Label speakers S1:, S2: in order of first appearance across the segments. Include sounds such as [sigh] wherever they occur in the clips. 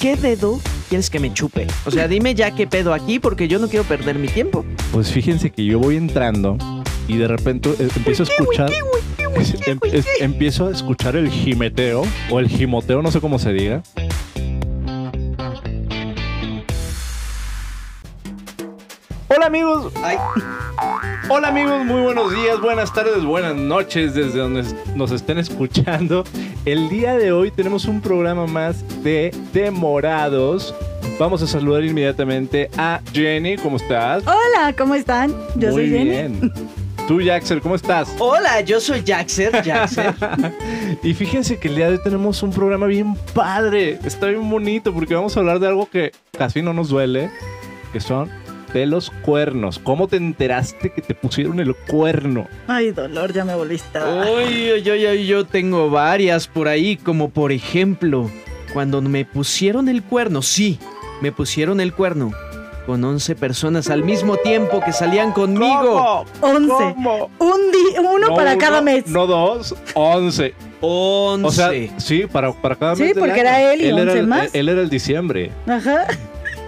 S1: ¿qué dedo quieres que me chupe? O sea, dime ya qué pedo aquí porque yo no quiero perder mi tiempo.
S2: Pues fíjense que yo voy entrando y de repente eh, empiezo a escuchar. em- es- empiezo a escuchar el jimeteo o el jimoteo, no sé cómo se diga. Hola amigos. Hola amigos, muy buenos días, buenas tardes, buenas noches desde donde es- nos estén escuchando. El día de hoy tenemos un programa más de Demorados. Vamos a saludar inmediatamente a Jenny, ¿cómo estás?
S3: Hola, ¿cómo están? Yo
S2: Muy
S3: soy Jenny.
S2: bien. Tú, Jaxel, ¿cómo estás?
S1: Hola, yo soy [laughs] Jaxer, Jaxer.
S2: Y fíjense que el día de hoy tenemos un programa bien padre. Está bien bonito porque vamos a hablar de algo que casi no nos duele, que son de los cuernos. ¿Cómo te enteraste que te pusieron el cuerno?
S3: Ay, dolor, ya me volviste. a dar.
S1: Uy, uy, uy, uy, yo tengo varias por ahí, como por ejemplo, cuando me pusieron el cuerno, sí, me pusieron el cuerno con 11 personas al mismo tiempo que salían conmigo.
S3: Once.
S2: Oh, ¿Cómo?
S3: Un di- uno
S2: No
S3: para cada
S2: uno,
S3: mes.
S2: No dos, once.
S1: 11.
S2: O sea, sí, para, para cada
S3: Sí,
S2: mes. del
S3: porque
S2: año.
S3: era él y
S2: era
S3: once
S2: el-
S3: más.
S2: Él era el diciembre.
S3: Ajá.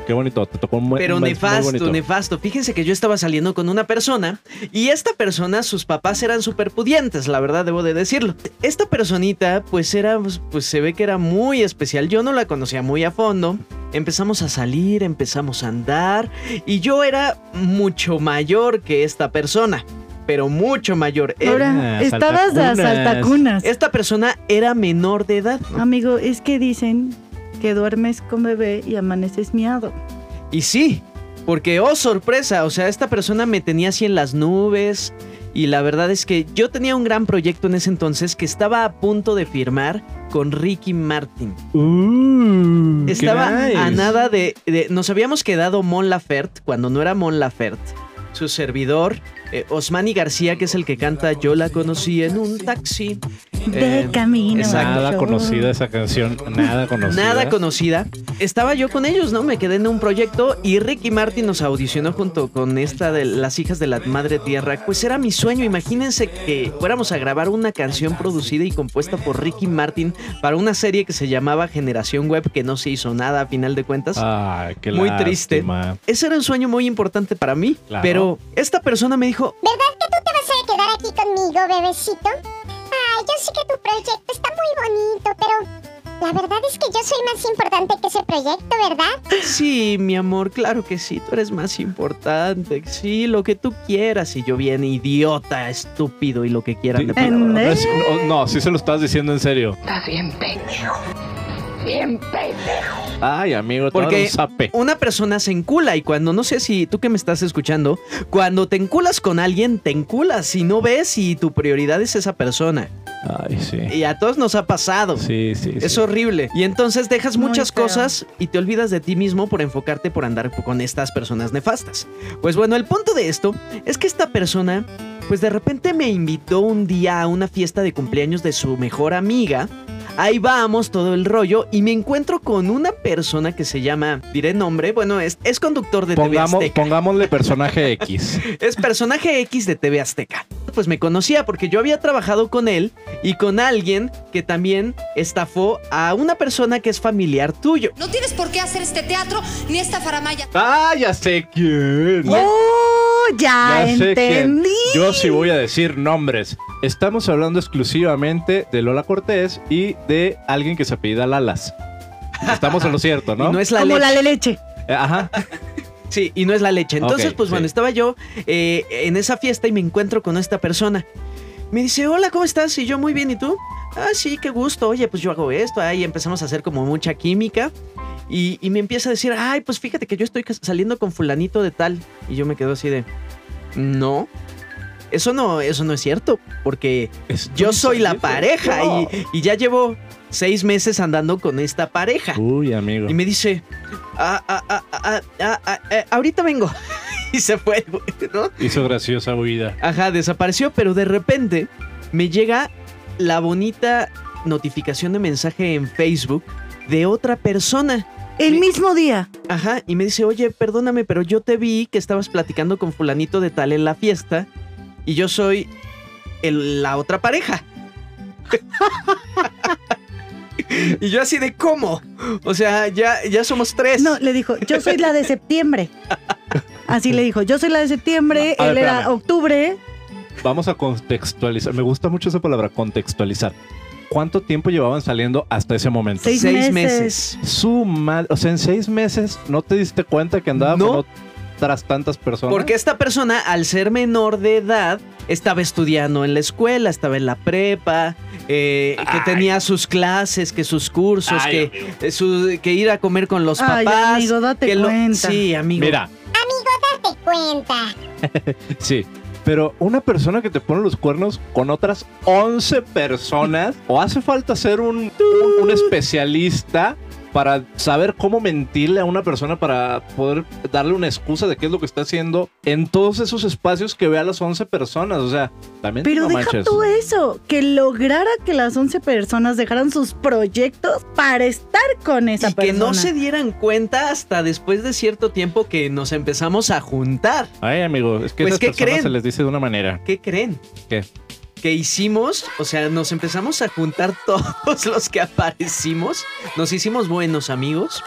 S2: Qué bonito, te tocó un buen-
S1: Pero
S2: un mes muy
S1: nefasto,
S2: bonito.
S1: nefasto. Fíjense que yo estaba saliendo con una persona y esta persona, sus papás eran súper pudientes, la verdad debo de decirlo. Esta personita, pues era, pues, pues se ve que era muy especial. Yo no la conocía muy a fondo. Empezamos a salir, empezamos a andar y yo era mucho mayor que esta persona, pero mucho mayor. Eh,
S3: Ahora, estabas de
S2: saltacunas.
S3: saltacunas.
S1: Esta persona era menor de edad.
S3: Amigo, es que dicen que duermes con bebé y amaneces miado.
S1: Y sí, porque oh sorpresa, o sea, esta persona me tenía así en las nubes y la verdad es que yo tenía un gran proyecto en ese entonces que estaba a punto de firmar con Ricky Martin.
S2: Uh,
S1: Estaba
S2: qué nice.
S1: a nada de, de- Nos habíamos quedado Mon Lafert cuando no era Mon Lafert. Su servidor, eh, Osmani García, que es el que canta Yo la conocí en un taxi. Eh,
S3: de camino.
S1: exacto.
S3: al
S2: Nada
S3: show.
S2: conocida esa canción, nada conocida.
S1: Nada conocida. Estaba yo con ellos, ¿no? Me quedé en un proyecto y Ricky Martin nos audicionó junto con esta de las hijas de la madre tierra. Pues era mi sueño. Imagínense que fuéramos a grabar una canción producida y compuesta por Ricky Martin para una serie que se llamaba Generación Web, que no se hizo nada a final de cuentas.
S2: Ay, qué
S1: Muy triste.
S2: lástima.
S1: Ese era un sueño muy importante para mí,
S2: Claro.
S1: pero esta persona me dijo,
S4: vas a quedar aquí conmigo, bebecito? Ay, yo sé que tu proyecto está muy bonito, pero la verdad es que yo soy más importante que ese proyecto, ¿verdad?
S1: sí, mi amor, claro que sí, tú eres más importante, sí, lo que tú quieras. Y yo bien idiota, estúpido y lo que quieran
S2: Sí.
S1: de palabra.
S2: No, es- no, no, sí se lo estás diciendo en serio.
S5: Está bien pendejo. Bien pendejo.
S2: Ay, amigo, te va a dar
S1: Porque-
S2: un zape.
S1: una persona se encula y cuando no sé si tú que me estás escuchando, cuando te enculas con alguien, te enculas y no ves y tu prioridad es esa persona.
S2: Ay, sí.
S1: Y a todos nos ha pasado.
S2: Sí, sí. sí.
S1: Es horrible. Y entonces dejas
S3: Muy
S1: muchas
S3: feo.
S1: cosas y te olvidas de ti mismo por enfocarte por andar con estas personas nefastas. Pues bueno, el punto de esto es que esta persona, pues de repente me invitó un día a una fiesta de cumpleaños de su mejor amiga. Ahí vamos, todo el rollo, y me encuentro con una persona que se llama, diré nombre, bueno, es, es conductor de TV
S2: Pongamos,
S1: Azteca.
S2: pongámosle personaje X.
S1: Es personaje X de TV Azteca. Pues me conocía porque yo había trabajado con él y con alguien que también estafó a una persona que es familiar tuyo.
S6: No tienes por qué hacer este teatro ni esta faramaya.
S2: [laughs] ah, ya sé quién.
S3: ¡Oh! Ya,
S2: Ya sé quién.
S3: entendí.
S2: Yo sí voy a decir nombres. Estamos hablando exclusivamente de Lola Cortés y de alguien que se apellida Lalas. Estamos en lo cierto,
S1: Y
S2: [laughs] ¿no?
S1: no es la
S3: Como
S1: leche.
S3: la de leche.
S2: Eh, Ajá.
S1: Sí, y no es la leche. Entonces,
S2: Ok,
S1: pues
S2: sí.
S1: bueno, estaba yo eh, en esa fiesta y me encuentro con esta persona. Me dice, hola, ¿cómo estás? Y yo, muy bien, ¿y tú? Ah, sí, qué gusto. Oye, pues yo hago esto. Ahí empezamos a hacer como mucha química. Y, y me empieza a decir, ay, pues fíjate que yo estoy cas- saliendo con fulanito de tal. Y yo me quedo así de, no, eso no, eso no es cierto. Porque yo soy la pareja y, y ya llevo seis meses andando con esta pareja.
S2: Uy, amigo.
S1: Y me dice, "Ah, ah, ah, ah, ah, ah, eh, ahorita vengo. [laughs] y se fue, güey, ¿no?
S2: Hizo graciosa huida.
S1: Ajá, desapareció, pero de repente me llega la bonita notificación de mensaje en Facebook de otra persona.
S3: El mismo día.
S1: Ajá, y me dice, oye, perdóname, pero yo te vi que estabas platicando con fulanito de tal en la fiesta y yo soy el- la otra pareja. [laughs] Y yo así de cómo. O sea, ya, ya somos tres.
S3: No, le dijo, yo soy la de septiembre. Así le dijo, yo soy la de septiembre,
S2: A ver,
S3: él era
S2: espérame.
S3: octubre.
S2: Vamos a contextualizar. Me gusta mucho esa palabra, contextualizar. ¿Cuánto tiempo llevaban saliendo hasta ese momento?
S3: Seis meses.
S2: Su madre. O sea, en seis meses no te diste cuenta que andaba
S1: No.
S2: con otras tantas personas.
S1: Porque esta persona, al ser menor de edad, estaba estudiando en la escuela, estaba en la prepa, eh, que tenía sus clases, que sus cursos,
S2: Ay,
S1: que, eh, su- que ir a comer con los
S3: Ay,
S1: papás.
S3: amigo, date
S1: que lo-
S3: cuenta.
S1: sí, amigo.
S2: Mira,
S4: Date cuenta.
S2: sí. Pero una persona que te pone los cuernos con otras 11 personas, o hace falta ser un, un- un especialista para saber cómo mentirle a una persona para poder darle una excusa de qué es lo que está haciendo en todos esos espacios que ve a las 11 personas. O sea, también
S3: Pero
S2: no
S3: deja
S2: manches.
S3: tú eso, que lograra que las 11 personas dejaran sus proyectos para estar con esa
S1: y
S3: persona.
S1: que no se dieran cuenta hasta después de cierto tiempo que nos empezamos a juntar.
S2: Ay, amigo, es que
S1: Pues,
S2: esas
S1: ¿qué
S2: personas
S1: creen?
S2: se les dice de una manera.
S1: ¿Qué creen?
S2: ¿Qué?
S1: Que hicimos, o sea, nos empezamos a juntar [laughs] todos los que aparecimos, nos hicimos buenos amigos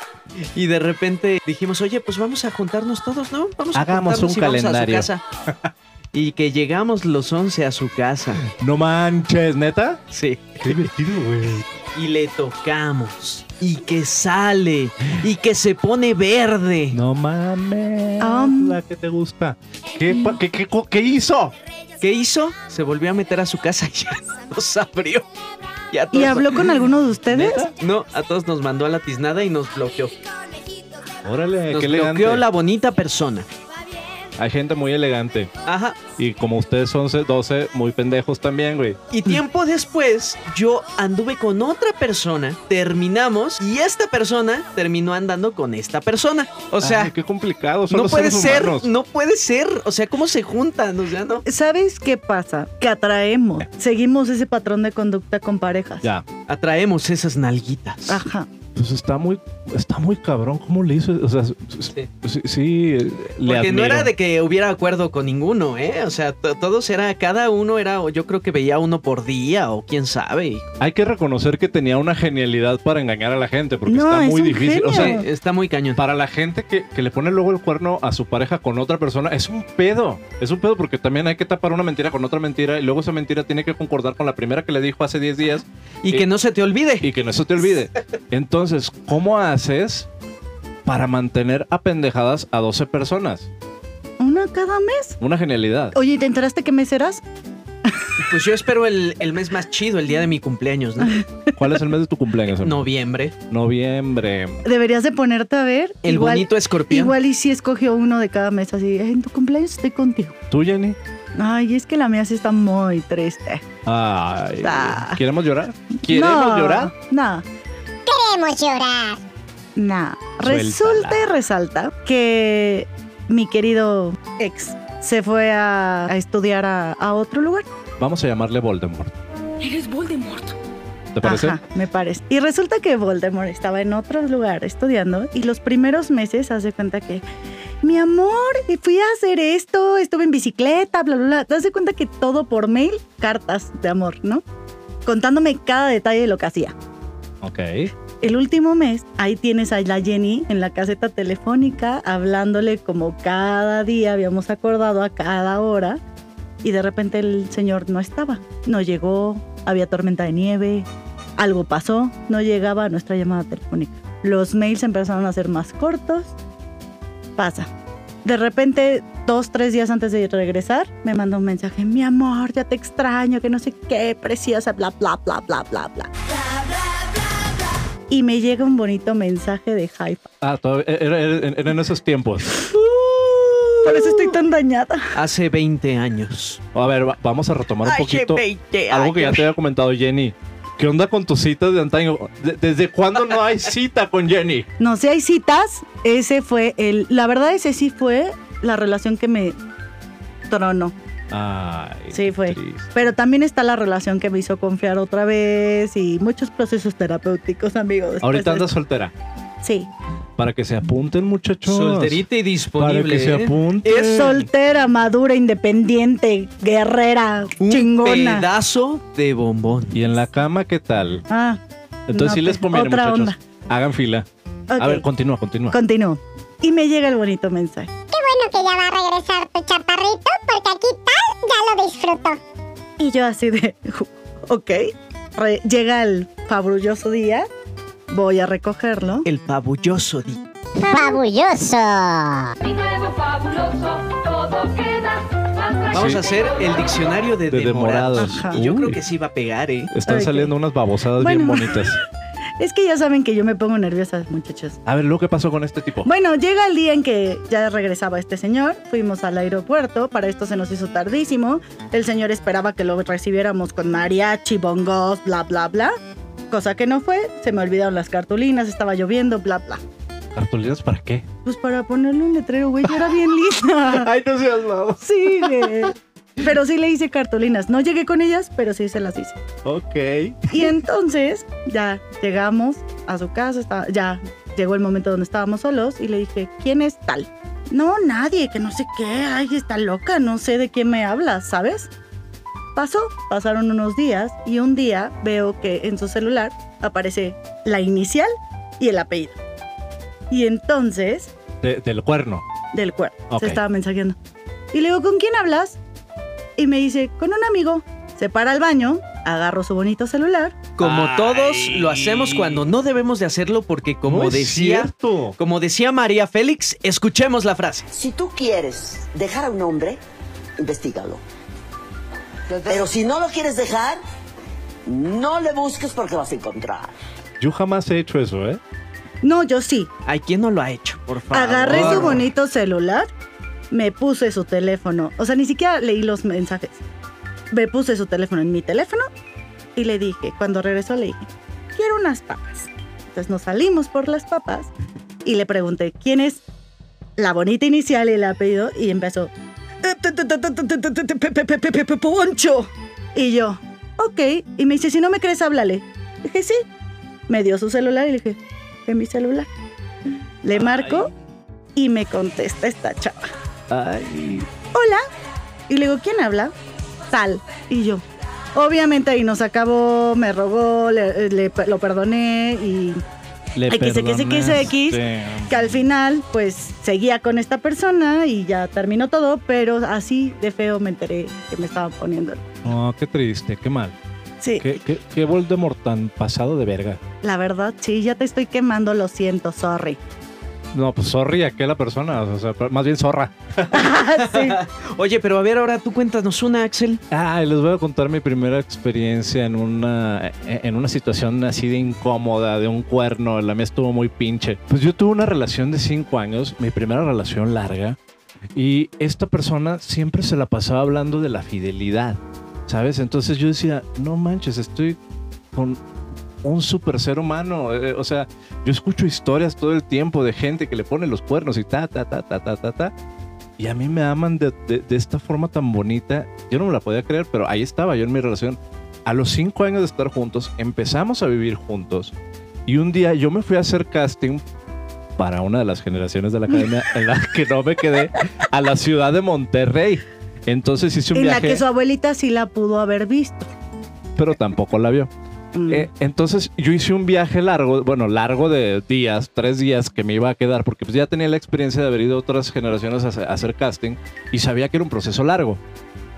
S1: y de repente dijimos, oye, pues vamos a juntarnos todos, ¿no? Vamos a
S2: Hagamos
S1: juntarnos
S2: un
S1: y vamos
S2: calendario.
S1: a su
S2: [laughs]
S1: casa. y que llegamos los 11 a su
S2: [laughs]
S1: casa,
S2: No manches, neta.
S1: sí,
S2: Qué divertido, güey.
S1: y le tocamos y que sale y que se pone verde.
S2: No mames.
S3: Am.
S2: La que te gusta. ¿Qué, pa- qué, qué, co- qué hizo?
S1: ¿Qué hizo? Se volvió a meter a su casa [laughs] y ya nos abrió. a
S3: ¿Y
S1: todos-
S3: habló con alguno de ustedes?
S1: No, a todos nos mandó a la tiznada y nos bloqueó.
S2: Órale,
S1: Nos
S2: qué elegante.
S1: bloqueó la bonita persona.
S2: Hay gente muy elegante.
S1: Ajá.
S2: Y como ustedes son 11, 12, muy pendejos también, güey.
S1: Y
S2: Mm.
S1: tiempo después, yo anduve con otra persona, terminamos, y esta persona terminó andando con esta persona. O sea,
S2: Ay, qué complicado. Son
S1: no
S2: los
S1: puede
S2: seres
S1: ser,
S2: humanos.
S1: no puede ser. O sea, ¿cómo se juntan? O sea, no.
S3: ¿Sabes qué pasa? Que atraemos, seguimos ese patrón de conducta con parejas.
S2: Ya.
S1: Atraemos esas nalguitas.
S3: Ajá.
S2: Pues está muy, está muy cabrón. ¿Cómo le hizo? O sea, s-
S1: Sí.
S2: s- sí, sí, eh, le
S1: Porque no
S2: admiro.
S1: era de que hubiera acuerdo con ninguno, ¿eh? O sea, to- todos era, cada uno era, o yo creo que veía uno por día, o quién sabe.
S2: Hay que reconocer que tenía una genialidad para engañar a la gente, porque
S3: No,
S2: está
S3: es
S2: muy
S3: un
S2: difícil. O
S3: genio.
S2: sea,
S1: Eh, Está muy cañón.
S2: para la gente que, que le pone luego el cuerno a su pareja con otra persona, es un pedo. Es un pedo porque también hay que tapar una mentira con otra mentira y luego esa mentira tiene que concordar con la primera que le dijo hace 10 días
S1: Y
S2: eh.
S1: que no se te olvide.
S2: y que no se te olvide. Entonces, ¿cómo haces para mantener apendejadas a 12 personas?
S3: Una cada mes.
S2: Una genialidad.
S3: Oye, ¿te enteraste qué mes eras?
S1: Pues yo espero el, el mes más chido, el día de mi cumpleaños, ¿no?
S2: ¿Cuál es el mes de tu cumpleaños? amigo?
S1: Noviembre.
S2: Noviembre.
S3: Deberías de ponerte a ver.
S1: El
S3: igual,
S1: bonito escorpión.
S3: Igual y si escogió uno de cada mes, así, "Ay, en tu cumpleaños estoy contigo.
S2: ¿Tú, Jenny?
S3: Ay, es que la mía sí está muy triste.
S2: Ay.
S3: Ah.
S2: ¿Queremos llorar? ¿Queremos
S3: No,
S2: llorar?
S3: No,
S4: Queremos llorar.
S3: no.
S2: Suéltala.
S3: Resulta y resalta que mi querido ex se fue a, a estudiar a, a otro lugar.
S2: Vamos a llamarle Voldemort.
S5: Eres Voldemort.
S2: ¿Te parece?
S3: Ajá, me parece. Y resulta que Voldemort estaba en otro lugar estudiando y los primeros meses hace cuenta que, mi amor, fui a hacer esto, estuve en bicicleta, bla, bla, bla. Te das cuenta que todo por mail, cartas de amor, ¿no? Contándome cada detalle de lo que hacía.
S2: Ok.
S3: El último mes, ahí tienes a la Jenny en la caseta telefónica, hablándole como cada día habíamos acordado a cada hora. Y de repente el señor no estaba, no llegó, había tormenta de nieve, algo pasó, no llegaba a nuestra llamada telefónica. Los mails empezaron a ser más cortos. Pasa. De repente, dos, tres días antes de regresar, me manda un mensaje, mi amor, ya te extraño, que no sé qué, preciosa, bla, bla, bla, bla, bla, bla y me llega un bonito mensaje de hype.
S2: Ah, todavía, era, era- era en esos tiempos.
S3: Por eso estoy tan dañada.
S1: Hace 20 años.
S2: A ver, va- vamos a retomar un poquito algo que ya te había comentado Jenny. ¿Qué onda con tus citas de antaño? De- ¿Desde cuándo no hay cita con Jenny?
S3: No sé, hay citas. Ese fue el. La verdad, ese sí fue la relación que me tronó.
S2: Ay,
S3: Sí,
S2: qué
S3: fue.
S2: triste.
S3: Pero también está la relación que me hizo confiar otra vez y muchos procesos terapéuticos, amigos. después
S2: Ahorita
S3: de-
S2: andas soltera.
S3: Sí.
S2: Para que se apunten, muchachos.
S1: Solterita y
S2: Para
S1: disponible.
S2: que se
S1: ¿eh?
S2: apunten.
S3: Es soltera, madura, independiente, guerrera,
S1: Un
S3: chingona.
S1: pedazo de bombón.
S2: Y en la cama, ¿qué tal?
S3: Ah,
S2: Entonces
S3: No,
S2: sí les
S3: pues,
S2: conviene,
S3: otra
S2: muchachos.
S3: onda.
S2: Hagan fila.
S3: Ok,
S2: A ver, continúa, continúa.
S3: continúo. Y me llega el bonito mensaje.
S4: Bueno, que ya va a regresar tu chaparrito, porque aquí tal ya lo disfruto.
S3: Y yo así de, ok, Re- llega el fabrulloso día, voy a recogerlo.
S1: El pabulloso día.
S4: ¡Fabulloso!
S5: Mi nuevo fabuloso, todo queda más
S1: Vamos
S2: Sí.
S1: a hacer el diccionario de,
S2: De
S1: demorados.
S2: demorados.
S1: Y yo
S2: Uy.
S1: creo que sí va a pegar, ¿eh?
S2: Están
S3: Ok.
S2: saliendo unas babosadas bien
S3: Bueno.
S2: bonitas.
S3: Es que ya saben que yo me pongo nerviosa, muchachos.
S2: A ver, ¿lo que pasó con este tipo?
S3: Bueno, llega el día en que ya regresaba este señor, fuimos al aeropuerto, para esto se nos hizo tardísimo, el señor esperaba que lo recibiéramos con mariachi, bongos, bla, bla, bla, cosa que no fue, se me olvidaron las cartulinas, estaba lloviendo, bla, bla.
S2: ¿Cartulinas para qué?
S3: Pues para ponerle un letrero, güey, yo era bien lista.
S2: Ay, no seas malo.
S3: Sí, güey. Pero sí le hice cartulinas. No llegué con ellas, pero sí se las hice.
S2: Ok.
S3: Y entonces ya llegamos a su casa, estaba- ya llegó el momento donde estábamos solos y le dije, ¿quién es tal? No, nadie, que no sé qué, ay, está loca, no sé de quién me hablas, ¿sabes? Pasó, pasaron unos días y un día veo que en su celular aparece la inicial y el apellido. Y entonces
S2: De- del cuerno.
S3: del cuerpo.
S2: Ok.
S3: Se estaba mensajeando. Y le digo, ¿con quién hablas? Y me dice, con un amigo. Se para al baño, agarro su bonito celular.
S1: Como
S2: Ay.
S1: todos lo hacemos cuando no debemos de hacerlo porque como
S2: No es
S1: decía,
S2: cierto.
S1: como decía María Félix, escuchemos la frase.
S7: Si tú quieres dejar a un hombre, investigalo. Pero si no lo quieres dejar, no le busques porque vas a encontrar.
S2: Yo jamás he hecho eso, ¿eh?
S3: No, yo sí.
S1: Ay, ¿quién no lo ha hecho? Por favor.
S3: Agarré su bonito celular, me puse su teléfono. O sea, ni siquiera leí los mensajes. Me puse su teléfono en mi teléfono y le dije, cuando regresó le dije, quiero unas papas. Entonces nos salimos por las papas y le pregunté, ¿quién es la bonita inicial y el apellido? Y empezó, "Eh, te- te- te- te- te- te- te- te- pe- pe- pe- pe- pe- pe- Poncho. Y yo, ok. Y me dice, si no me crees, háblale. Dije, sí. Me dio su celular y le dije, de mi celular. Le marco y me contesta esta chava.
S2: Ay.
S3: Hola. Y le digo, ¿quién habla? Tal. Y yo. Obviamente ahí nos acabó, me rogó, le- le- lo perdoné y
S2: Le
S3: X, X, X, X.
S2: perdonaste.
S3: que al final pues seguía con esta persona y ya terminó todo, pero así de feo me enteré que me estaba poniendo.
S2: No, Ah, qué triste, qué mal.
S3: Sí,
S2: Qué, qué, qué Voldemort tan pasado de verga.
S3: la verdad, sí, ya te estoy quemando, lo
S2: [laughs]
S3: siento, sorry.
S2: No, pues sorry a la persona, o sea, pero más bien zorra.
S3: Ah,
S2: [laughs]
S3: Sí.
S1: Oye, pero a ver, ahora tú cuéntanos una, Axel.
S2: Ah, les voy a contar mi primera experiencia en una, e, en una situación así de incómoda, de un cuerno. La mía estuvo muy pinche. Pues yo tuve una relación de cinco años, mi primera relación larga, y esta persona siempre se la pasaba hablando de la fidelidad, ¿sabes? Entonces yo decía, no manches, estoy con un super ser humano. eh, o sea, yo escucho historias todo el tiempo de gente que le pone los cuernos y ta, ta, ta, ta, ta, ta, ta. Y a mí me aman de, de- de esta forma tan bonita. Yo no me la podía creer, pero ahí estaba yo en mi relación. A los cinco años de estar juntos, empezamos a vivir juntos. Y un día yo me fui a hacer casting para una de las generaciones de la academia en la que no me quedé, a la ciudad de Monterrey. Entonces hice un
S3: En la
S2: viaje,
S3: que su abuelita sí la pudo haber visto.
S2: pero tampoco la vio.
S3: Mm.
S2: Eh, entonces yo hice un viaje largo, bueno, largo de días, tres días que me iba a quedar, porque pues ya tenía la experiencia de haber ido a otras generaciones a, hacer- a hacer casting y sabía que era un proceso largo.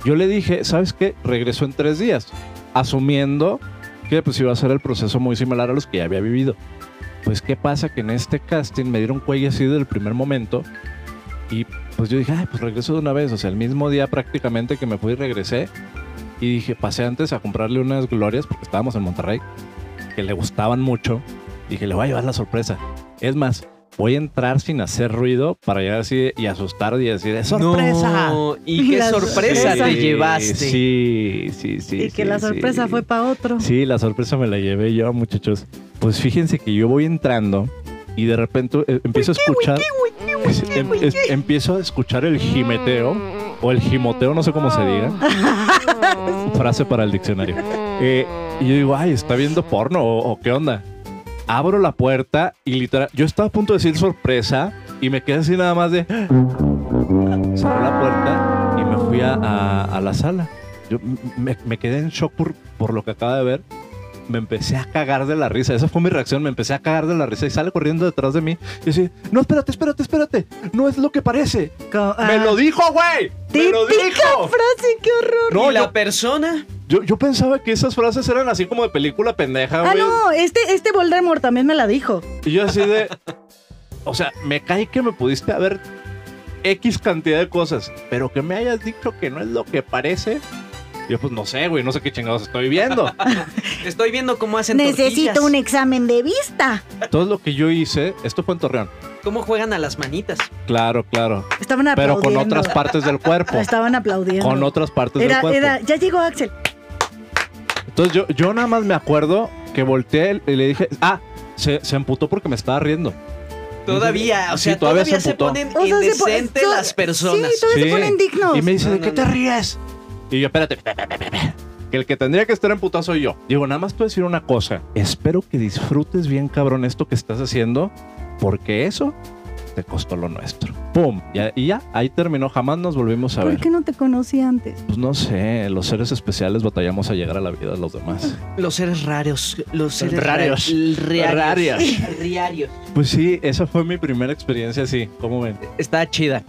S2: Yo le dije, ¿sabes qué? Regreso en tres días, asumiendo que pues iba a ser el proceso muy similar a los que ya había vivido. Pues qué pasa que en este casting me dieron cuello así del primer momento y pues yo dije, ay, pues regreso de una vez, o sea, el mismo día prácticamente que me fui regresé y dije, pasé antes a comprarle unas glorias porque estábamos en Monterrey que le gustaban mucho. Dije, le voy a llevar la sorpresa. Es más, voy a entrar sin hacer ruido para llegar así de- y asustar y decir, "¡Es sorpresa!
S1: No, y qué
S3: La
S1: sorpresa
S3: sorpresa.
S1: te llevaste.
S2: Sí, sí, sí.
S3: y
S2: sí,
S3: que la sorpresa
S2: sí.
S3: fue para otro.
S2: Sí, la sorpresa me la llevé yo, muchachos. Pues fíjense que yo voy entrando y de repente eh, empiezo a escuchar. em- es- empiezo a escuchar el jimeteo o el jimoteo, no sé cómo se diga. Frase para el diccionario. Eh, y yo digo, ay, ¿está viendo porno o, o qué onda? Abro la puerta y literal. Yo estaba a punto de decir sorpresa y me quedé así nada más de. "Ah". Cerré la puerta y me fui a, a- a la sala. Yo m- me, me quedé en shock por, por lo que acaba de ver. me empecé a cagar de la risa. Esa fue mi reacción, me empecé a cagar de la risa y sale corriendo detrás de mí. Y así, no, espérate, espérate, espérate. No es lo que parece.
S3: Co-
S2: ¡Me
S3: ah,
S2: lo dijo, güey! ¡Me lo
S3: típica
S2: dijo!
S3: frase, qué horror.
S2: No,
S1: y la
S2: yo,
S1: persona.
S2: yo, yo pensaba que esas frases eran así como de película pendeja,
S3: Ah,
S2: güey.
S3: no, este, este Voldemort también me la dijo.
S2: Y yo así de. O sea, me cae que me pudiste haber X cantidad de cosas, pero que me hayas dicho que no es lo que parece. Yo, pues no sé, güey, no sé qué chingados estoy viendo.
S1: Estoy viendo cómo hacen
S3: Necesito un
S1: tortillas,
S3: examen de vista.
S2: Todo lo que yo hice, esto fue en Torreón.
S3: e-
S1: cómo juegan a las manitas.
S2: Claro, claro.
S3: Estaban
S2: Pero
S3: aplaudiendo.
S2: con otras partes del
S3: [laughs]
S2: cuerpo.
S3: Estaban aplaudiendo.
S2: Con otras partes del
S3: Era,
S2: cuerpo.
S3: era, ya llegó Axel.
S2: Entonces yo, yo nada más me acuerdo que volteé y le dije, ah, se, se emputó porque me estaba riendo.
S1: Todavía, o
S2: Sí,
S1: sea,
S2: todavía
S1: todavía,
S2: se
S1: se
S2: emputó.
S1: ponen
S3: O sea, se po-
S1: indecentes
S3: so-
S1: las personas.
S3: Sí, todavía se ponen dignos.
S2: Y me dice,
S1: No,
S2: ¿de
S1: no,
S2: qué te
S1: no.
S2: ríes? Y yo, espérate. Que el que tendría que estar emputado soy yo. Digo, nada más te voy a decir una cosa. Espero que disfrutes bien, cabrón, esto que estás haciendo, porque eso te costó lo nuestro. ¡Pum! Y, a- y ya, ahí terminó. Jamás nos volvimos a
S3: ¿Por
S2: ver.
S3: qué no te conocí antes?
S2: Pues no sé, los seres especiales batallamos a llegar a la vida de los demás.
S1: Los seres raros, los seres
S2: Rarios.
S1: ra-
S2: Rarios.
S3: [laughs]
S1: riarios. Riarios.
S2: Pues sí, esa fue mi primera experiencia así. ¿Cómo ven?
S1: Está chida.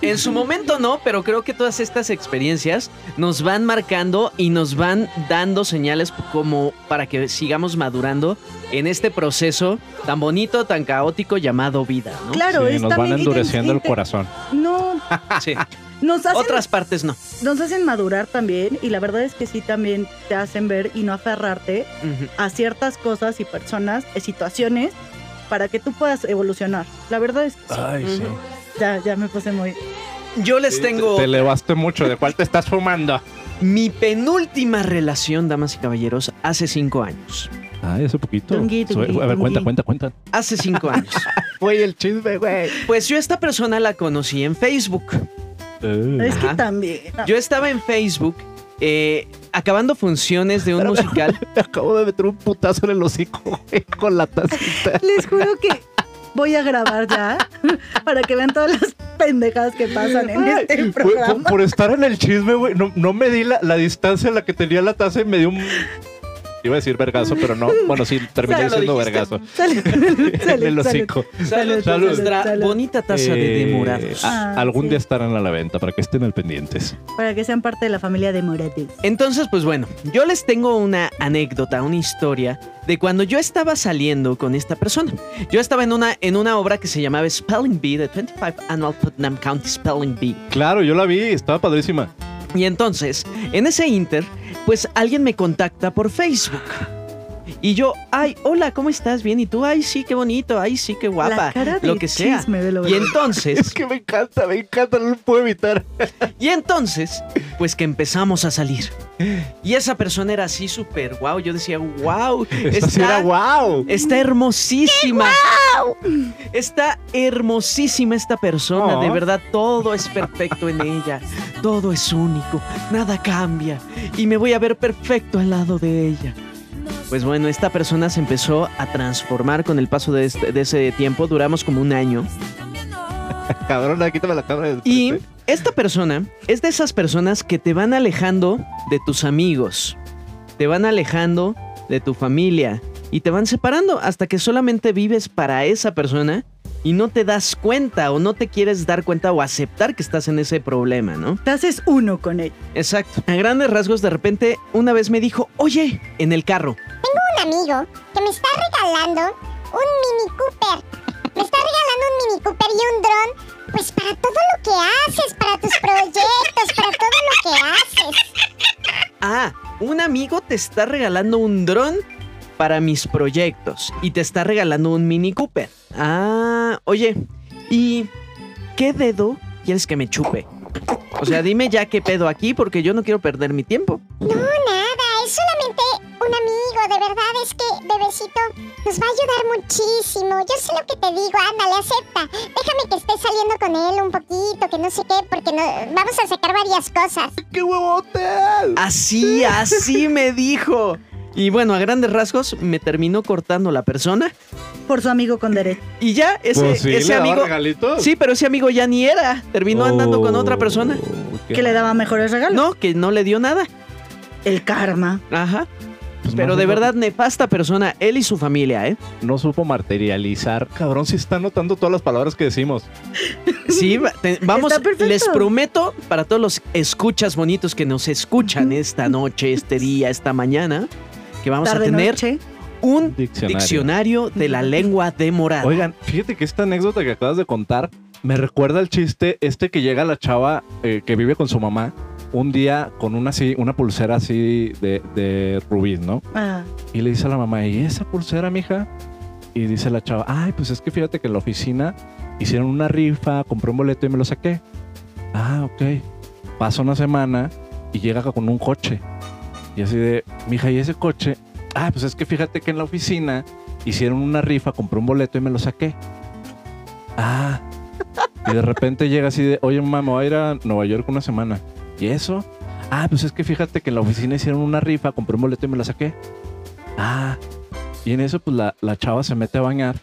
S1: En su momento no, pero creo que todas estas experiencias nos van marcando y nos van dando señales como para que sigamos madurando en este proceso tan bonito, tan caótico llamado vida, ¿no?
S3: Claro,
S2: Sí,
S3: es
S2: nos van
S3: también- y te-
S2: endureciendo
S3: y
S2: el
S3: te-
S2: corazón.
S3: No,
S1: Sí.
S3: nos hacen,
S1: Otras partes no.
S3: nos hacen madurar también y la verdad es que sí también te hacen ver y no aferrarte
S1: Ujú.
S3: a ciertas cosas y personas, eh, situaciones, para que tú puedas evolucionar. La verdad es que sí.
S2: Ay,
S1: sí.
S3: ya, ya me puse muy...
S1: Yo les tengo
S2: Te elevaste mucho. ¿De cuál te estás fumando?
S1: mi penúltima relación, damas y caballeros, hace cinco años.
S2: Ay, hace poquito.
S3: Tungui,
S2: Soy-
S3: tungui,
S2: a ver, cuenta,
S3: tungui.
S2: cuenta, cuenta.
S1: Hace cinco años.
S2: Oye, el chisme, güey.
S1: Pues yo a esta persona la conocí en Facebook.
S2: Eh.
S3: Es que
S1: Ajá.
S3: también...
S1: Yo estaba en Facebook eh, acabando funciones de un musical.
S2: te acabo de meter un putazo en el hocico, güey, con la tacita.
S3: Les juro que voy a grabar ya [laughs] para que vean todas las pendejadas que pasan en
S2: Ay,
S3: este
S2: güey, por,
S3: programa.
S2: por estar en el chisme, güey, no, no medí la, la distancia a la que tenía la taza y me dio un... Iba a decir vergazo, pero no. Bueno, sí, terminé
S1: Ya lo
S2: diciendo
S1: dijiste.
S2: vergazo. [laughs]
S3: Salud,
S2: En el
S3: salud, salud.
S2: hocico.
S1: Salud, por
S2: Salud.
S1: nuestra
S3: Salud.
S1: bonita taza de
S2: Eh,
S1: demorados.
S2: a-
S3: Ah,
S2: algún
S3: sí.
S2: día estarán a la venta para que estén al pendientes.
S3: Para que sean parte de la familia de Morates.
S1: Entonces, pues bueno, yo les tengo una anécdota, una historia de cuando yo estaba saliendo con esta persona. Yo estaba en una, en una obra que se llamaba Spelling Bee, The 25 Annual Putnam County Spelling Bee.
S2: Claro, yo la vi, estaba padrísima.
S1: Y entonces, en ese inter, pues alguien me contacta por Facebook. Y yo, ay, hola, ¿cómo estás? Bien, y tú, ay, sí, qué bonito, ay, sí, qué guapa,
S3: La cara de
S1: lo que sea.
S3: chisme de lo
S1: Y
S2: [laughs]
S3: verdad.
S1: entonces,
S2: que me encanta, me encanta, no lo puedo evitar.
S1: y entonces, pues que empezamos a salir. Y esa persona era así súper guau. Yo decía, wow,
S2: Esta sí era
S1: está,
S2: wow.
S1: [laughs] está hermosísima. Está hermosísima esta persona,
S2: Oh.
S1: de verdad, todo es perfecto en ella, todo es único, nada cambia y me voy a ver perfecto al lado de ella. Pues bueno, esta persona se empezó a transformar con el paso de, este- de ese tiempo, duramos como un año
S2: Cabrona, quítame la cámara. de
S1: y
S2: frente.
S1: esta persona es de esas personas que te van alejando de tus amigos, te van alejando de tu familia y te van separando hasta que solamente vives para esa persona y no te das cuenta o no te quieres dar cuenta o aceptar que estás en ese problema, ¿no?
S3: Te haces uno con él.
S1: Exacto. A grandes rasgos, de repente, una vez me dijo, oye, en el carro,
S4: Un este amigo que me está regalando un Mini Cooper. Me está regalando un Mini Cooper y un dron. Pues para todo lo que haces, para tus proyectos, para todo lo que haces.
S1: ah, un amigo te está regalando un dron para mis proyectos y te está regalando un Mini Cooper. Ah, oye, ¿y qué dedo quieres que me chupe? O sea, dime ya qué pedo aquí porque yo no quiero perder mi tiempo.
S4: Nada, es solamente un amigo. De verdad es que, bebecito, nos va a ayudar muchísimo. Yo sé lo que te digo, ándale, acepta. Déjame que esté saliendo con él un poquito, que no sé qué, porque no- vamos a sacar varias cosas.
S2: ¡Qué huevote!
S1: Así, así me dijo. Y bueno, a grandes rasgos me terminó cortando la persona
S3: Por su amigo con derecho.
S1: y ya ese,
S2: Pues sí,
S1: ese
S2: ¿le daba
S1: amigo...
S2: regalitos?
S1: Sí, pero ese amigo ya ni era. Terminó andando con otra
S2: Oh,
S1: persona.
S2: qué Oh.
S3: Que le daba mejores regalos.
S1: No, que no le dio nada.
S3: El karma.
S1: Ajá.
S2: Pues
S1: Pero
S2: más
S1: de
S2: o menos
S1: verdad, nefasta persona, él y su familia, ¿eh?
S2: No supo materializar. Cabrón, si está anotando todas las palabras que decimos.
S1: Sí,
S2: [laughs]
S1: va- te- vamos,
S3: Está perfecto.
S1: les prometo para todos los escuchas bonitos que nos escuchan esta noche, este día, esta mañana, que vamos a
S3: Tarde
S1: tener
S3: noche.
S1: un
S2: Diccionario.
S1: diccionario de la lengua de morada.
S2: Oigan, fíjate que esta anécdota que acabas de contar me recuerda al chiste este que llega la chava eh, que vive con su mamá un día con una así, una pulsera así de, de rubí, ¿no?
S3: Ah,
S2: Y le dice a la mamá, ¿y esa pulsera, mija? Y dice la chava, ay, pues es que fíjate que en la oficina hicieron una rifa, compré un boleto y me lo saqué. Ah, ok. Pasa una semana y llega con un coche. Y así de, mija, ¿y ese coche? Ah, pues es que fíjate que en la oficina hicieron una rifa, compré un boleto y me lo saqué. Ah. Y de repente llega así de, oye, mamá, me voy a ir a Nueva York una semana. ¿Y eso? Ah, pues es que fíjate que en la oficina hicieron una rifa, compré un boleto y me la saqué. Ah. Y en eso, pues la, la chava se mete a bañar.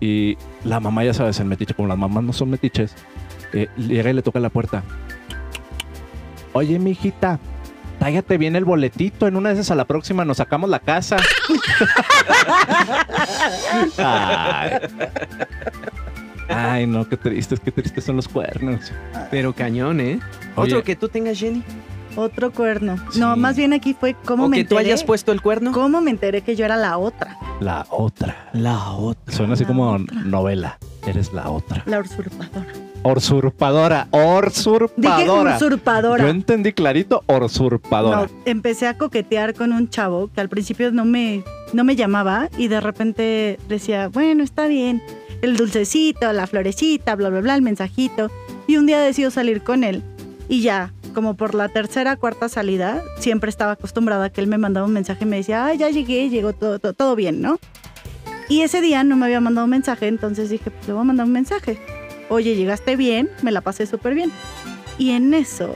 S2: Y la mamá, ya sabes, el metiche, como las mamás no son metiches, eh, llega y le toca la puerta. Oye, mijita, tállate bien el boletito. En una de esas a la próxima nos sacamos la casa. Ay. Ay, no, qué tristes, qué tristes son los cuernos.
S1: Pero cañón, ¿eh?
S2: Oye.
S1: Otro que tú tengas, Jenny.
S3: otro cuerno.
S2: Sí.
S3: No, más bien aquí fue cómo
S1: o
S3: me
S1: que tú
S3: enteré.
S1: hayas puesto el cuerno.
S3: ¿Cómo me enteré que yo era la otra?
S2: La otra.
S1: La otra.
S2: Suena así
S3: La
S2: como
S3: otra.
S2: novela. Eres la otra.
S3: La usurpadora.
S2: Orsurpadora.
S3: Dije
S2: Orsurpadora. Yo
S3: usurpadora.
S2: entendí clarito, orsurpadora.
S3: No, empecé a coquetear con un chavo que al principio no me, no me llamaba y de repente decía, bueno, está bien, el dulcecito, la florecita, bla, bla, bla, el mensajito. Y un día decido salir con él y ya, como por la tercera, cuarta salida, siempre estaba acostumbrada a que él me mandaba un mensaje y me decía, ah, ya llegué, llegó todo, todo, todo bien, ¿no? Y ese día no me había mandado un mensaje, entonces dije, pues, le voy a mandar un mensaje. Oye, llegaste bien, me la pasé súper bien. Y en eso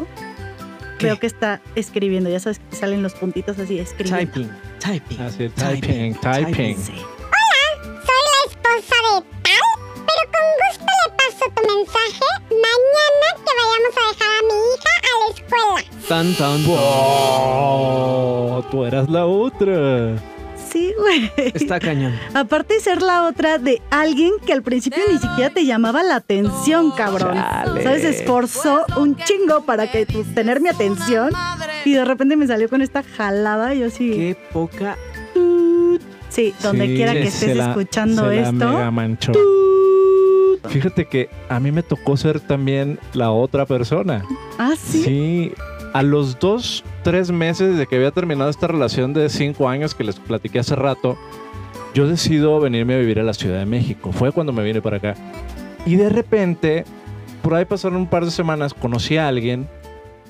S1: ¿Qué?
S3: veo que está escribiendo, ya sabes que salen los puntitos así, escribiendo.
S1: Typing. Typing.
S2: Así es,
S1: Typing,
S2: typing, typing.
S3: Sí.
S4: esposa de tal, pero con gusto le paso tu mensaje mañana que vayamos a dejar a mi hija a la escuela.
S1: Tan, tan.
S2: Oh, tú eras la otra.
S3: Sí, güey.
S1: Está cañón.
S3: Aparte de ser la otra de alguien que al principio ni siquiera te llamaba la atención, cabrón.
S1: Chale.
S3: ¿Sabes? Esforzó un chingo para que pues, tener mi atención. Y de repente me salió con esta jalada y yo así.
S1: Qué poca.
S3: Sí, donde quiera que
S2: se
S3: estés
S2: la-
S3: escuchando
S2: se la
S3: esto.
S2: mega manchó. Fíjate que a mí me tocó ser también la otra persona.
S3: Ah, sí.
S2: Sí, a los dos, tres meses de que había terminado esta relación de cinco años que les platiqué hace rato, yo decido venirme a vivir a la Ciudad de México. Fue cuando me vine para acá. Y de repente, por ahí pasaron un par de semanas, conocí a alguien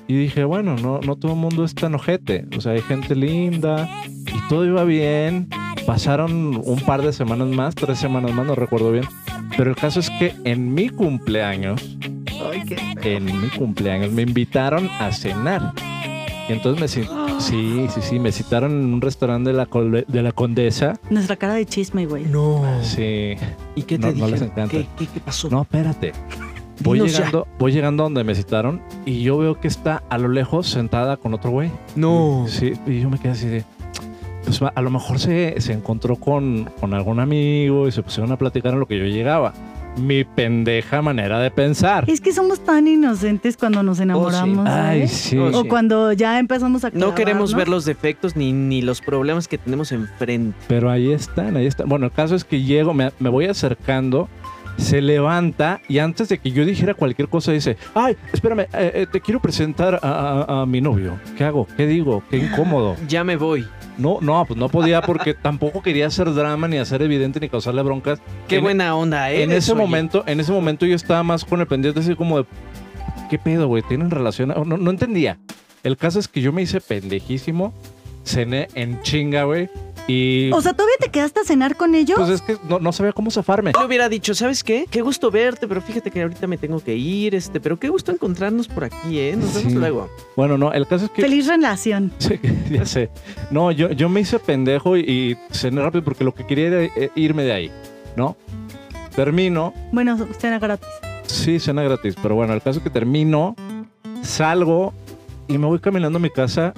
S2: y dije, bueno, no, no todo el mundo es tan ojete. O sea, hay gente linda y todo iba bien. Pasaron un par de semanas más, tres semanas más, no recuerdo bien. Pero el caso es que en mi cumpleaños, en mi cumpleaños me invitaron a cenar. Y entonces me ci- sí, sí, sí, me citaron en un restaurante de la, cole- de la Condesa.
S3: Nuestra cara de chisme, güey.
S1: No.
S2: Sí.
S1: ¿Y qué
S2: No,
S1: te
S2: no les
S1: dijeron?
S2: encanta.
S1: ¿Qué, qué, qué pasó?
S2: No, espérate. Voy
S1: Dinos ya.
S2: llegando, voy llegando donde me citaron y yo veo que está a lo lejos sentada con otro güey.
S1: No.
S2: Sí, y yo me quedé así de. Pues a lo mejor se, se encontró con, con algún amigo y se pusieron a platicar en lo que yo llegaba. Mi pendeja manera de pensar.
S3: Es que somos tan inocentes cuando nos enamoramos. ¿eh?
S2: Ay,
S3: ¿sabes?
S2: sí.
S1: No,
S3: O
S1: sí.
S3: cuando ya empezamos a
S1: No queremos ver
S3: verlo.
S1: los defectos ni, ni los problemas que tenemos enfrente.
S2: Pero ahí están, ahí están. Bueno, el caso es que llego, me, me voy acercando, se levanta y antes de que yo dijera cualquier cosa dice, ay, espérame, eh, eh, te quiero presentar a, a- a mi novio. ¿Qué hago? ¿Qué digo?
S1: [laughs]
S2: Qué incómodo.
S1: Ya me voy.
S2: No, no, pues no podía porque tampoco quería hacer drama ni hacer evidente ni causarle broncas.
S1: Qué
S2: En- e-
S1: buena onda, ¿eh?
S2: En ese momento, en ese momento yo estaba más con el pendiente así como de, ¿qué pedo, güey? ¿Tienen relación? No, no entendía. El caso es que yo me hice pendejísimo, cené en chinga, güey, y...
S3: O sea, ¿todavía te quedaste a cenar con ellos?
S2: Pues es que no, no sabía cómo zafarme.
S1: Le hubiera dicho, ¿sabes qué? Qué gusto verte, pero fíjate que ahorita me tengo que ir, este, pero qué gusto encontrarnos por aquí, ¿eh? Nos vemos
S2: Sí.
S1: luego.
S2: Bueno, no, el caso es que.
S3: Feliz relación.
S2: Sí, [laughs] ya sé. No, yo, yo me hice pendejo y, y cené rápido porque lo que quería era eh, irme de ahí, ¿no? Termino.
S3: Bueno, cena gratis.
S2: [laughs] Sí, cena gratis, pero bueno, el caso es que termino, salgo y me voy caminando a mi casa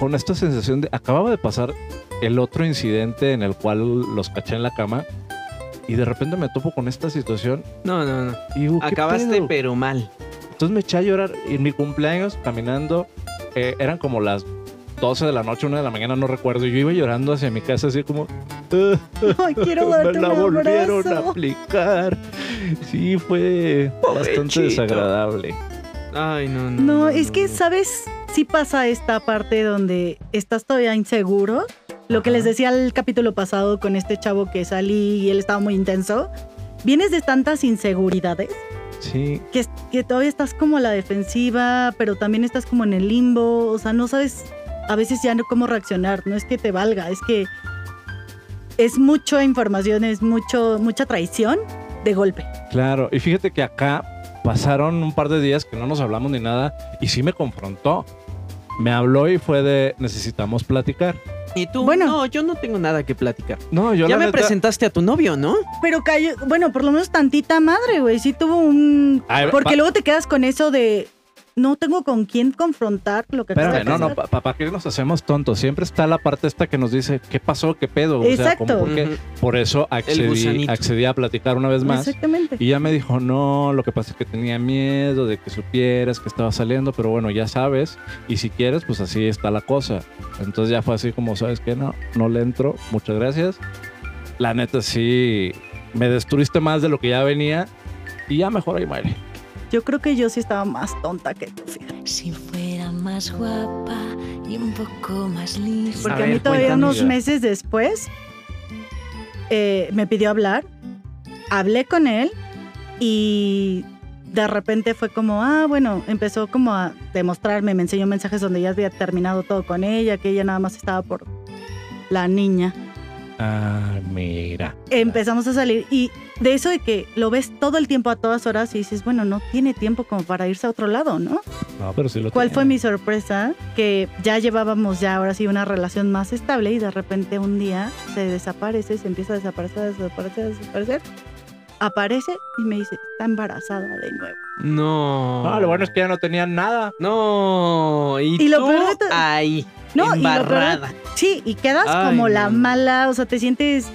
S2: con esta sensación de acababa de pasar el otro incidente en el cual los caché en la cama y de repente me topo con esta situación
S1: No, no, no.
S2: y digo, ¿qué
S1: Acabaste,
S2: pedo?
S1: pero mal.
S2: Entonces me eché a llorar y en mi cumpleaños caminando eh, eran como las 12 de la noche, 1 de la mañana, no recuerdo. y Yo iba llorando hacia mi casa así como... "Ah,
S3: Ay, quiero darte
S2: me la
S3: un
S2: volvieron a
S3: abrazo.
S2: aplicar. Sí, fue bastante
S1: Pobrecito.
S2: desagradable.
S1: Ay, no, no.
S3: No, es que,
S1: no.
S3: ¿sabes? Sí pasa esta parte donde estás todavía inseguro. Lo que les decía el capítulo pasado con este chavo que salí y él estaba muy intenso. Vienes de tantas inseguridades
S2: Sí,
S3: que, es- que todavía estás como a la defensiva, pero también estás como en el limbo. O sea, no sabes a veces ya no cómo reaccionar. No es que te valga, es que es mucha información, es mucho, mucha traición de golpe.
S2: claro. Y fíjate que acá pasaron un par de días que no nos hablamos ni nada y sí me confrontó. Me habló y fue de necesitamos platicar.
S1: Y tú,
S3: Bueno.
S1: no, yo no tengo nada que platicar.
S2: No, yo
S1: Ya
S2: la
S1: me
S2: neta-
S1: presentaste a tu novio, ¿no?
S3: Pero cayó, bueno, por lo menos tantita madre, güey. Sí tuvo un
S2: Ay,
S3: Porque
S2: pa-
S3: luego te quedas con eso de no tengo con quién confrontar lo que acaba
S2: Espérame,
S3: de
S2: no, no,
S3: pasar".
S2: papá, ¿qué nos hacemos tontos? Siempre está la parte esta que nos dice, ¿qué pasó? ¿Qué pedo? O sea,
S3: Exacto.
S2: como, ¿por qué?
S1: Ujú.
S2: Por eso accedí,
S1: gusanito.
S2: accedí a platicar una vez más.
S3: Exactamente.
S2: Y ya me dijo, no, lo que pasa es que tenía miedo de que supieras que estaba saliendo, pero bueno, ya sabes, y si quieres, pues así está la cosa. Entonces ya fue así como, ¿sabes qué? No, no le entro, muchas gracias. La neta sí, me destruiste más de lo que ya venía y ya mejor ahí muere.
S3: Yo creo que yo sí estaba más tonta que tú, fíjate.
S8: Si fuera más guapa y un poco más lista.
S1: A
S3: Porque a,
S1: ver,
S3: mí todavía
S1: cuéntame.
S3: unos meses después eh, me pidió hablar, hablé con él y de repente fue como, ah, bueno, empezó como a demostrarme, me enseñó mensajes donde ya había terminado todo con ella, que ella nada más estaba por la niña.
S2: Ah, mira.
S3: empezamos a salir y de eso de que lo ves todo el tiempo a todas horas y dices, bueno, no tiene tiempo como para irse a otro lado, ¿no?
S2: No, pero sí lo
S3: ¿Cuál
S2: tiene.
S3: fue mi sorpresa? Que ya llevábamos ya ahora sí una relación más estable y de repente un día se desaparece, se empieza a desaparecer, desaparecer, desaparecer. Aparece y me dice, está embarazada de nuevo.
S1: No.
S2: Ah, lo bueno es que ya no tenía nada.
S1: No. Y,
S3: Y lo
S1: tú
S3: peor de todo-
S1: ahí.
S3: No, y lo peor-
S1: embarrada.
S3: Sí, y quedas
S1: Ay,
S3: como la
S1: no.
S3: mala, o sea, te sientes...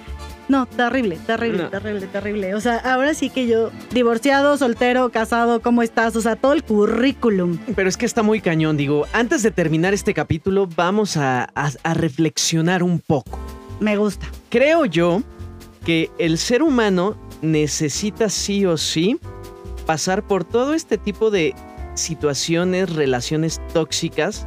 S3: No, terrible, terrible,
S1: No.
S3: terrible, terrible. O sea, ahora sí que yo, divorciado, soltero, casado, ¿cómo estás? O sea, todo el currículum.
S1: Pero es que está muy cañón, digo, antes de terminar este capítulo vamos a, a- a reflexionar un poco.
S3: Me gusta.
S1: Creo yo que el ser humano necesita sí o sí pasar por todo este tipo de situaciones, relaciones tóxicas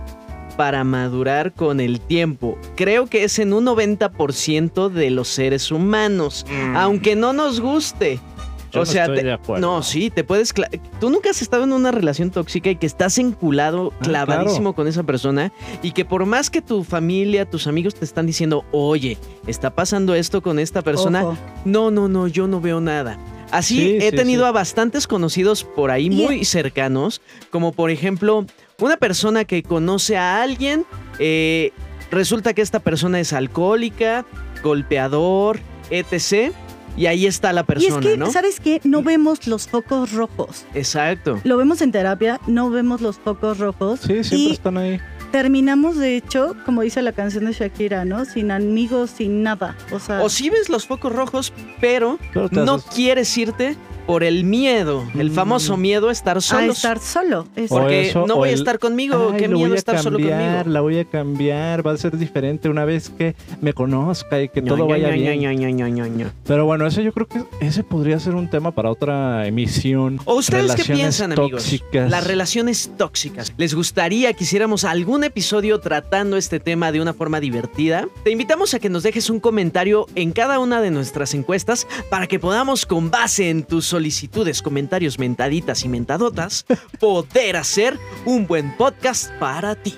S1: para madurar con el tiempo. Creo que es en un 90% de los seres humanos, aunque no nos guste.
S2: Mm. Yo
S1: o
S2: no
S1: sea,
S2: estoy
S1: te-
S2: de acuerdo.
S1: no, sí, te puedes... cla- Tú nunca has estado en una relación tóxica y que estás enculado,
S2: Ah,
S1: clavadísimo
S2: claro.
S1: con esa persona y que por más que tu familia, tus amigos te están diciendo, oye, está pasando esto con esta persona,
S3: Ojo.
S1: no, no, no, yo no veo nada. Así
S2: Sí,
S1: he
S2: sí,
S1: tenido
S2: sí.
S1: a bastantes conocidos por ahí
S3: Y-
S1: muy cercanos, como por ejemplo una persona que conoce a alguien, eh, resulta que esta persona es alcohólica, golpeador, etc. Y ahí está la persona,
S3: y es que,
S1: ¿no?
S3: ¿sabes qué? No vemos los focos rojos.
S1: Exacto.
S3: Lo vemos en terapia, no vemos los focos rojos.
S2: Sí, siempre
S3: y
S2: están ahí.
S3: terminamos, de hecho, como dice la canción de Shakira, ¿no? Sin amigos, sin nada. O sea,
S1: O si ves los focos rojos, pero
S2: Pero te
S1: no
S2: haces-
S1: quieres irte por el miedo, el
S2: Mm.
S1: famoso miedo a estar
S3: a
S1: solo.
S3: estar solo. Es-
S2: O
S1: Porque
S2: eso,
S1: no
S2: o
S1: voy a
S2: el-
S1: estar conmigo,
S2: Ay,
S1: qué
S2: lo voy
S1: miedo
S2: a
S1: estar solo
S2: cambiar,
S1: conmigo.
S2: La voy a cambiar, va a ser diferente una vez que me conozca y que
S1: Ño,
S2: todo
S1: ño,
S2: vaya
S1: ño,
S2: bien.
S1: ño, ño, ño, ño, ño.
S2: Pero bueno, eso yo creo que ese podría ser un tema para otra emisión.
S1: ¿O ustedes qué
S2: Relaciones
S1: piensan,
S2: tóxicas.
S1: amigos? Las relaciones tóxicas. ¿Les gustaría que hiciéramos algún episodio tratando este tema de una forma divertida? Te invitamos a que nos dejes un comentario en cada una de nuestras encuestas para que podamos, con base en tus solicitudes, comentarios mentaditas y
S2: [laughs]
S1: mentadotas, poder hacer un buen podcast para ti.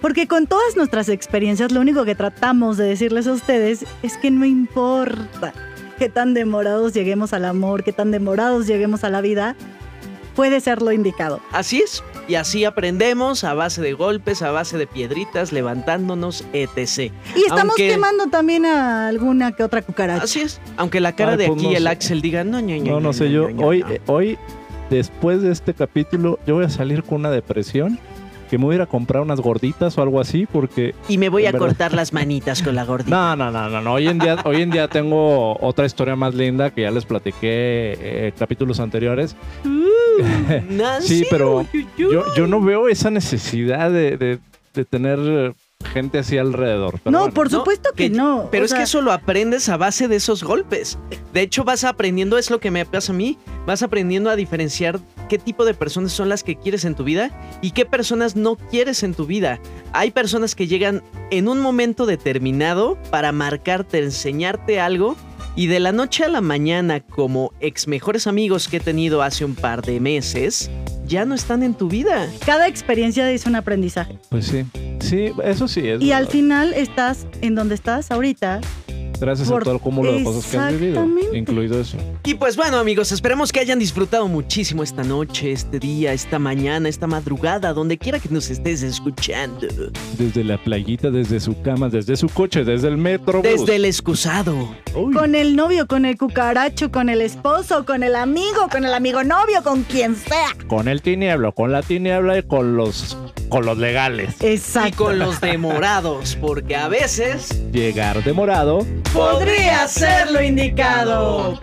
S3: Porque con todas nuestras experiencias, lo único que tratamos de decirles a ustedes es que no importa qué tan demorados lleguemos al amor, qué tan demorados lleguemos a la vida, puede ser lo indicado.
S1: Así es, y así aprendemos a base de golpes, a base de piedritas, levantándonos, etc.
S3: Y estamos
S1: Aunque-
S3: quemando también a alguna que otra cucaracha.
S2: Ah,
S1: Así es. Aunque la cara
S2: Ay,
S1: de
S2: pues,
S1: aquí
S2: no
S1: el
S2: sé.
S1: Axel diga, no, ño, ño,
S2: No,
S1: ño,
S2: no sé
S1: ño,
S2: yo.
S1: ño, ño,
S2: Hoy,
S1: no".
S2: eh, hoy, después de este capítulo, yo voy a salir con una depresión que me voy a ir a comprar unas gorditas o algo así, porque
S1: Y me voy
S2: En
S1: a
S2: verdad.
S1: cortar las manitas con la
S2: [laughs]
S1: gordita.
S2: No, no, no, no, no. Hoy en día, hoy en día tengo otra historia más linda que ya les platiqué eh, capítulos anteriores. eh, Sí, pero yo, yo no veo esa necesidad de, de- de tener eh, gente así alrededor. pero
S3: no,
S2: bueno.
S3: por supuesto que, no.
S1: Pero
S3: o
S1: es
S3: sea,
S1: que eso lo aprendes a base de esos golpes. De hecho, vas aprendiendo, es lo que me pasa a mí, vas aprendiendo a diferenciar qué tipo de personas son las que quieres en tu vida y qué personas no quieres en tu vida. Hay personas que llegan en un momento determinado para marcarte, enseñarte algo y de la noche a la mañana, como ex mejores amigos que he tenido hace un par de meses, ya no están en tu vida.
S3: Cada experiencia es un aprendizaje.
S2: Pues sí, sí, eso sí es.
S3: Y al
S2: verdad.
S3: final estás en donde estás ahorita.
S2: Gracias
S3: por-
S2: a todo el cúmulo de cosas que han vivido,
S3: Exactamente.
S2: incluido eso.
S1: Y pues bueno amigos, esperamos que hayan disfrutado muchísimo esta noche, este día, esta mañana, esta madrugada, donde quiera que nos estés escuchando.
S2: Desde la playita, desde su cama, desde su coche, desde el metro.
S1: Desde el excusado.
S3: Con el novio, con el cucaracho, con el esposo, con el amigo, con el amigo novio, con quien sea.
S2: Con el tinieblo, con la tiniebla y con los, con los legales.
S1: Y
S3: Exacto.
S1: con los demorados, porque a veces
S2: Llegar demorado.
S1: podría ser lo indicado.